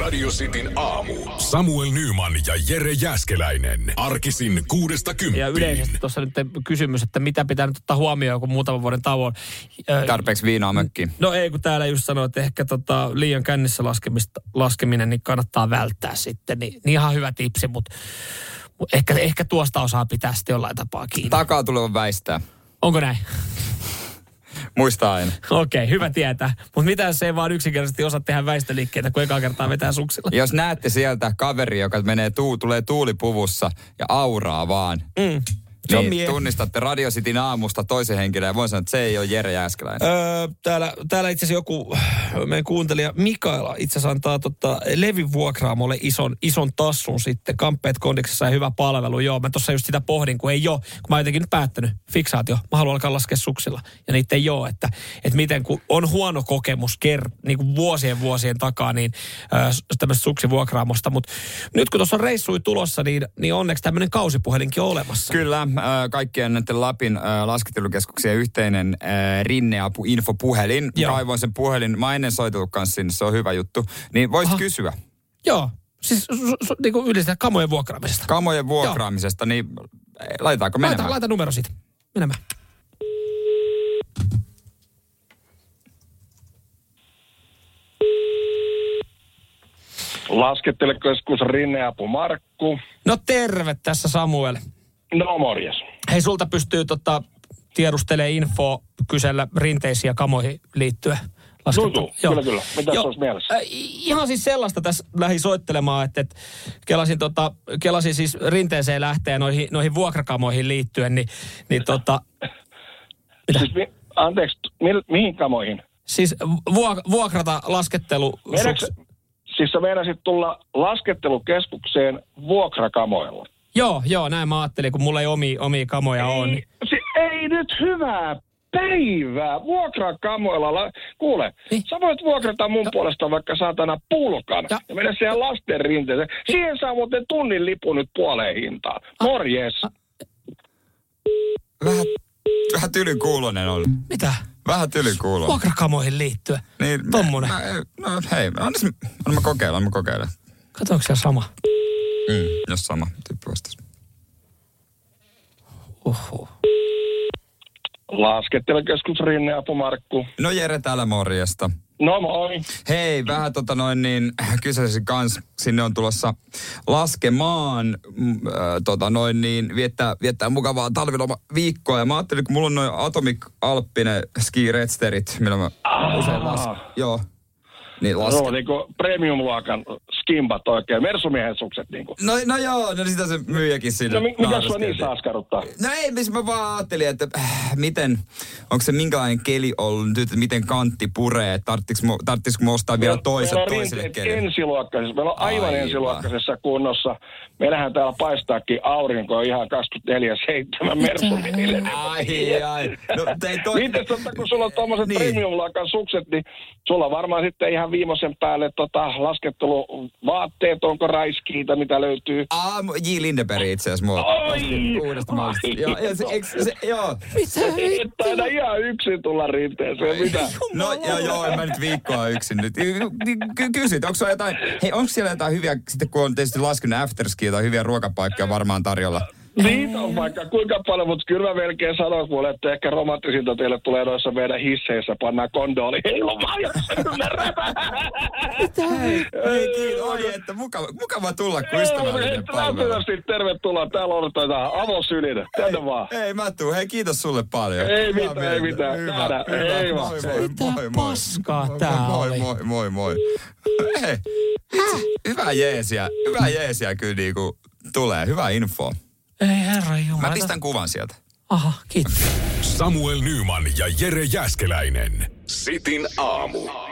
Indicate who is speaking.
Speaker 1: Radio Cityn aamu. Samuel Nyman ja Jere Jäskeläinen. Arkisin kuudesta
Speaker 2: Ja
Speaker 1: kymppiin.
Speaker 2: yleisesti tuossa nyt kysymys, että mitä pitää nyt ottaa huomioon, kun muutaman vuoden tauon. Ö,
Speaker 3: Tarpeeksi viinaa mökkiin.
Speaker 2: No ei, kun täällä just sanoi, että ehkä tota, liian kännissä laskemista, laskeminen niin kannattaa välttää sitten. Niin, niin ihan hyvä tipsi, mutta mut ehkä, ehkä tuosta osaa pitää sitten jollain tapaa kiinni. Ta-
Speaker 3: Takaa tulee väistää.
Speaker 2: Onko näin?
Speaker 3: Muista aina.
Speaker 2: Okei, okay, hyvä tietää. Mutta mitä jos ei vaan yksinkertaisesti osaa tehdä väistöliikkeitä, kun ekaa kertaa vetää suksilla?
Speaker 3: Jos näette sieltä kaveri, joka menee tuu, tulee tuulipuvussa ja auraa vaan, mm.
Speaker 2: se on
Speaker 3: niin
Speaker 2: mie-
Speaker 3: tunnistatte Radio Cityn aamusta toisen henkilön ja voin sanoa, että se ei ole Jere Jääskeläinen.
Speaker 2: Öö, täällä, täällä itse asiassa joku äh, meidän kuuntelija Mikaela itse asiassa antaa tota, Levin vuokraamolle ison, ison tassun sitten. Kamppeet kondiksessa ja hyvä palvelu. Joo, mä tuossa just sitä pohdin, kun ei ole. Kun mä oon jotenkin nyt päättänyt, fiksaatio. Mä haluan alkaa laskea suksilla. Ja niitä ei ole. Että, että miten, kun on huono kokemus ker, niin kuin vuosien vuosien takaa, niin öö, tämmöistä suksivuokraamosta. Mutta nyt kun tuossa on reissui tulossa, niin, niin onneksi tämmöinen kausipuhelinkin on olemassa.
Speaker 3: Kyllä, ö, kaikkien näiden Lapin ö, laskettelukeskuksien yhteinen ö, rinneapu infopuhelin.
Speaker 2: Joo.
Speaker 3: Kaivoin sen puhelin, mä en ennen soitellut kanssa sinne, se on hyvä juttu. Niin voisit kysyä
Speaker 2: Joo, siis su, su, su, niin kuin yleensä kamojen vuokraamisesta.
Speaker 3: kamojen vuokraamisesta, niin eh, laitetaanko menemään?
Speaker 2: Laita, laita numero siitä. Menemään.
Speaker 4: Laskettelekeskus Rinneapu Markku.
Speaker 2: No terve tässä Samuel.
Speaker 4: No morjes.
Speaker 2: Hei, sulta pystyy tota, tiedustelee info kysellä rinteisiin ja kamoihin liittyen.
Speaker 4: Juu, juu. Kyllä, kyllä. Mitä se olisi mielessä?
Speaker 2: Äh, ihan siis sellaista tässä lähdin soittelemaan, että, että kelasin, tota, kelasin siis rinteeseen lähtee noihin, noihin vuokrakamoihin liittyen, niin, niin tota,
Speaker 4: Siis, mi- anteeksi, mi- mihin kamoihin?
Speaker 2: siis vuok, vuokrata laskettelu.
Speaker 4: Meinaatko- Siis sä meinasit tulla laskettelukeskukseen vuokrakamoilla.
Speaker 2: Joo, joo, näin mä ajattelin, kun mulla ei omia, omia kamoja ole. Niin.
Speaker 4: Ei, si- ei nyt hyvää päivää. Vuokrakamoilla. La- Kuule,
Speaker 2: Niin.
Speaker 4: sä voit vuokrata mun puolesta vaikka saatana pulkan
Speaker 2: Ja-
Speaker 4: ja, ja mennä siihen lasten rinteeseen. Siihen saa muuten tunnin lipun nyt puoleen hintaan. Morjes.
Speaker 3: Vähän, vähän tylykuulonen oli.
Speaker 2: Mitä?
Speaker 3: Vähän tylykuulonen.
Speaker 2: Vuokrakamoihin liittyen.
Speaker 3: Niin, mä-
Speaker 2: Tommonen.
Speaker 3: Mä, no hei, anna, se- anna mä kokeilla, anna mä kokeilla.
Speaker 2: Katsoinko siellä sama?
Speaker 3: Mm. Jos sama tyyppi vastasi.
Speaker 2: Uhu.
Speaker 4: Laskettelukeskus Rinneapu Markku.
Speaker 3: No Jere täällä morjesta.
Speaker 4: No moi.
Speaker 3: Hei, vähän tota noin niin kyseisen kanssa sinne on tulossa laskemaan mm, äh, tota noin niin viettää, viettää mukavaa talviloma viikkoa. Ja mä ajattelin, kun mulla on noin Atomic Alppinen ski redsterit, millä mä usein lasken. Joo. Niin
Speaker 4: Laske. No,
Speaker 3: lasken.
Speaker 4: niin kuin premium-luokan skimbat oikein, mersumiehen sukset niin kuin.
Speaker 3: No, no joo, no sitä se myyjäkin sinne.
Speaker 4: No mi- mitä sua
Speaker 3: naureskeli.
Speaker 4: niissä askarruttaa?
Speaker 3: No ei, missä mä vaan ajattelin, että äh, miten, onko se minkälainen keli ollut nyt, että miten kantti puree, että tarvitsisiko mä ostaa vielä toiset
Speaker 4: meillä No, on
Speaker 3: toiselle
Speaker 4: rinteet
Speaker 3: kelille.
Speaker 4: ensiluokkaisessa, meillä on aivan,
Speaker 3: Aivan.
Speaker 4: aivan ensiluokkaisessa kunnossa. Meillähän täällä paistaakin aurinko ihan 24-7 mersumiehille.
Speaker 3: Ai, ai. No, tei toi...
Speaker 4: Mites totta, kun sulla on tuommoiset
Speaker 3: Niin.
Speaker 4: niin. premium-luokan sukset, niin sulla on varmaan sitten ihan viimeisen päälle tota, lasketteluvaatteet, onko raiskiita, mitä löytyy.
Speaker 3: Aamu, J. Lindeberg itse asiassa mua.
Speaker 4: Oi!
Speaker 3: Uudesta maasta.
Speaker 4: Ai.
Speaker 3: Joo, ja se, eks, se, joo.
Speaker 4: Et taida ihan yksin tulla rinteeseen, mitä?
Speaker 3: No joo, joo, en mä nyt viikkoa yksin nyt. Ky- ky- Kysyt, onko jotain, hei, onko siellä jotain hyviä, sitten kun on tietysti laskenut afterski, jotain hyviä ruokapaikkoja varmaan tarjolla?
Speaker 4: Niitä Niin on vaikka kuinka paljon, mutta kyllä mä melkein sanoin mulle, että ehkä romanttisinta teille tulee noissa meidän hisseissä, pannaan kondooli. Ei ole vaihdossa, kyllä
Speaker 3: Ei, kiitos, oi, että mukava, mukava tulla, kun ystävällinen palvelu.
Speaker 4: räpää. tervetuloa, täällä on tätä avosylinen, tänne vaan.
Speaker 3: Ei Matu, hei kiitos sulle paljon.
Speaker 4: Ei
Speaker 3: Hyvää
Speaker 4: mitään, ei
Speaker 3: mieltä.
Speaker 4: mitään.
Speaker 3: Hyvä,
Speaker 4: Nähdään.
Speaker 3: hyvä.
Speaker 4: Ei vaan.
Speaker 3: moi, moi,
Speaker 2: Mitä
Speaker 3: moi, moi.
Speaker 2: paskaa
Speaker 3: moi,
Speaker 2: tää
Speaker 3: moi,
Speaker 2: oli?
Speaker 3: Moi, moi, moi. Hei, itse- hyvää jeesiä, hyvää jeesiä kyllä niinku tulee, hyvää infoa.
Speaker 2: Ei herra jumala.
Speaker 3: Mä pistän kuvan sieltä.
Speaker 2: Aha, kiitos.
Speaker 1: Samuel Nyman ja Jere Jäskeläinen. Sitin aamu.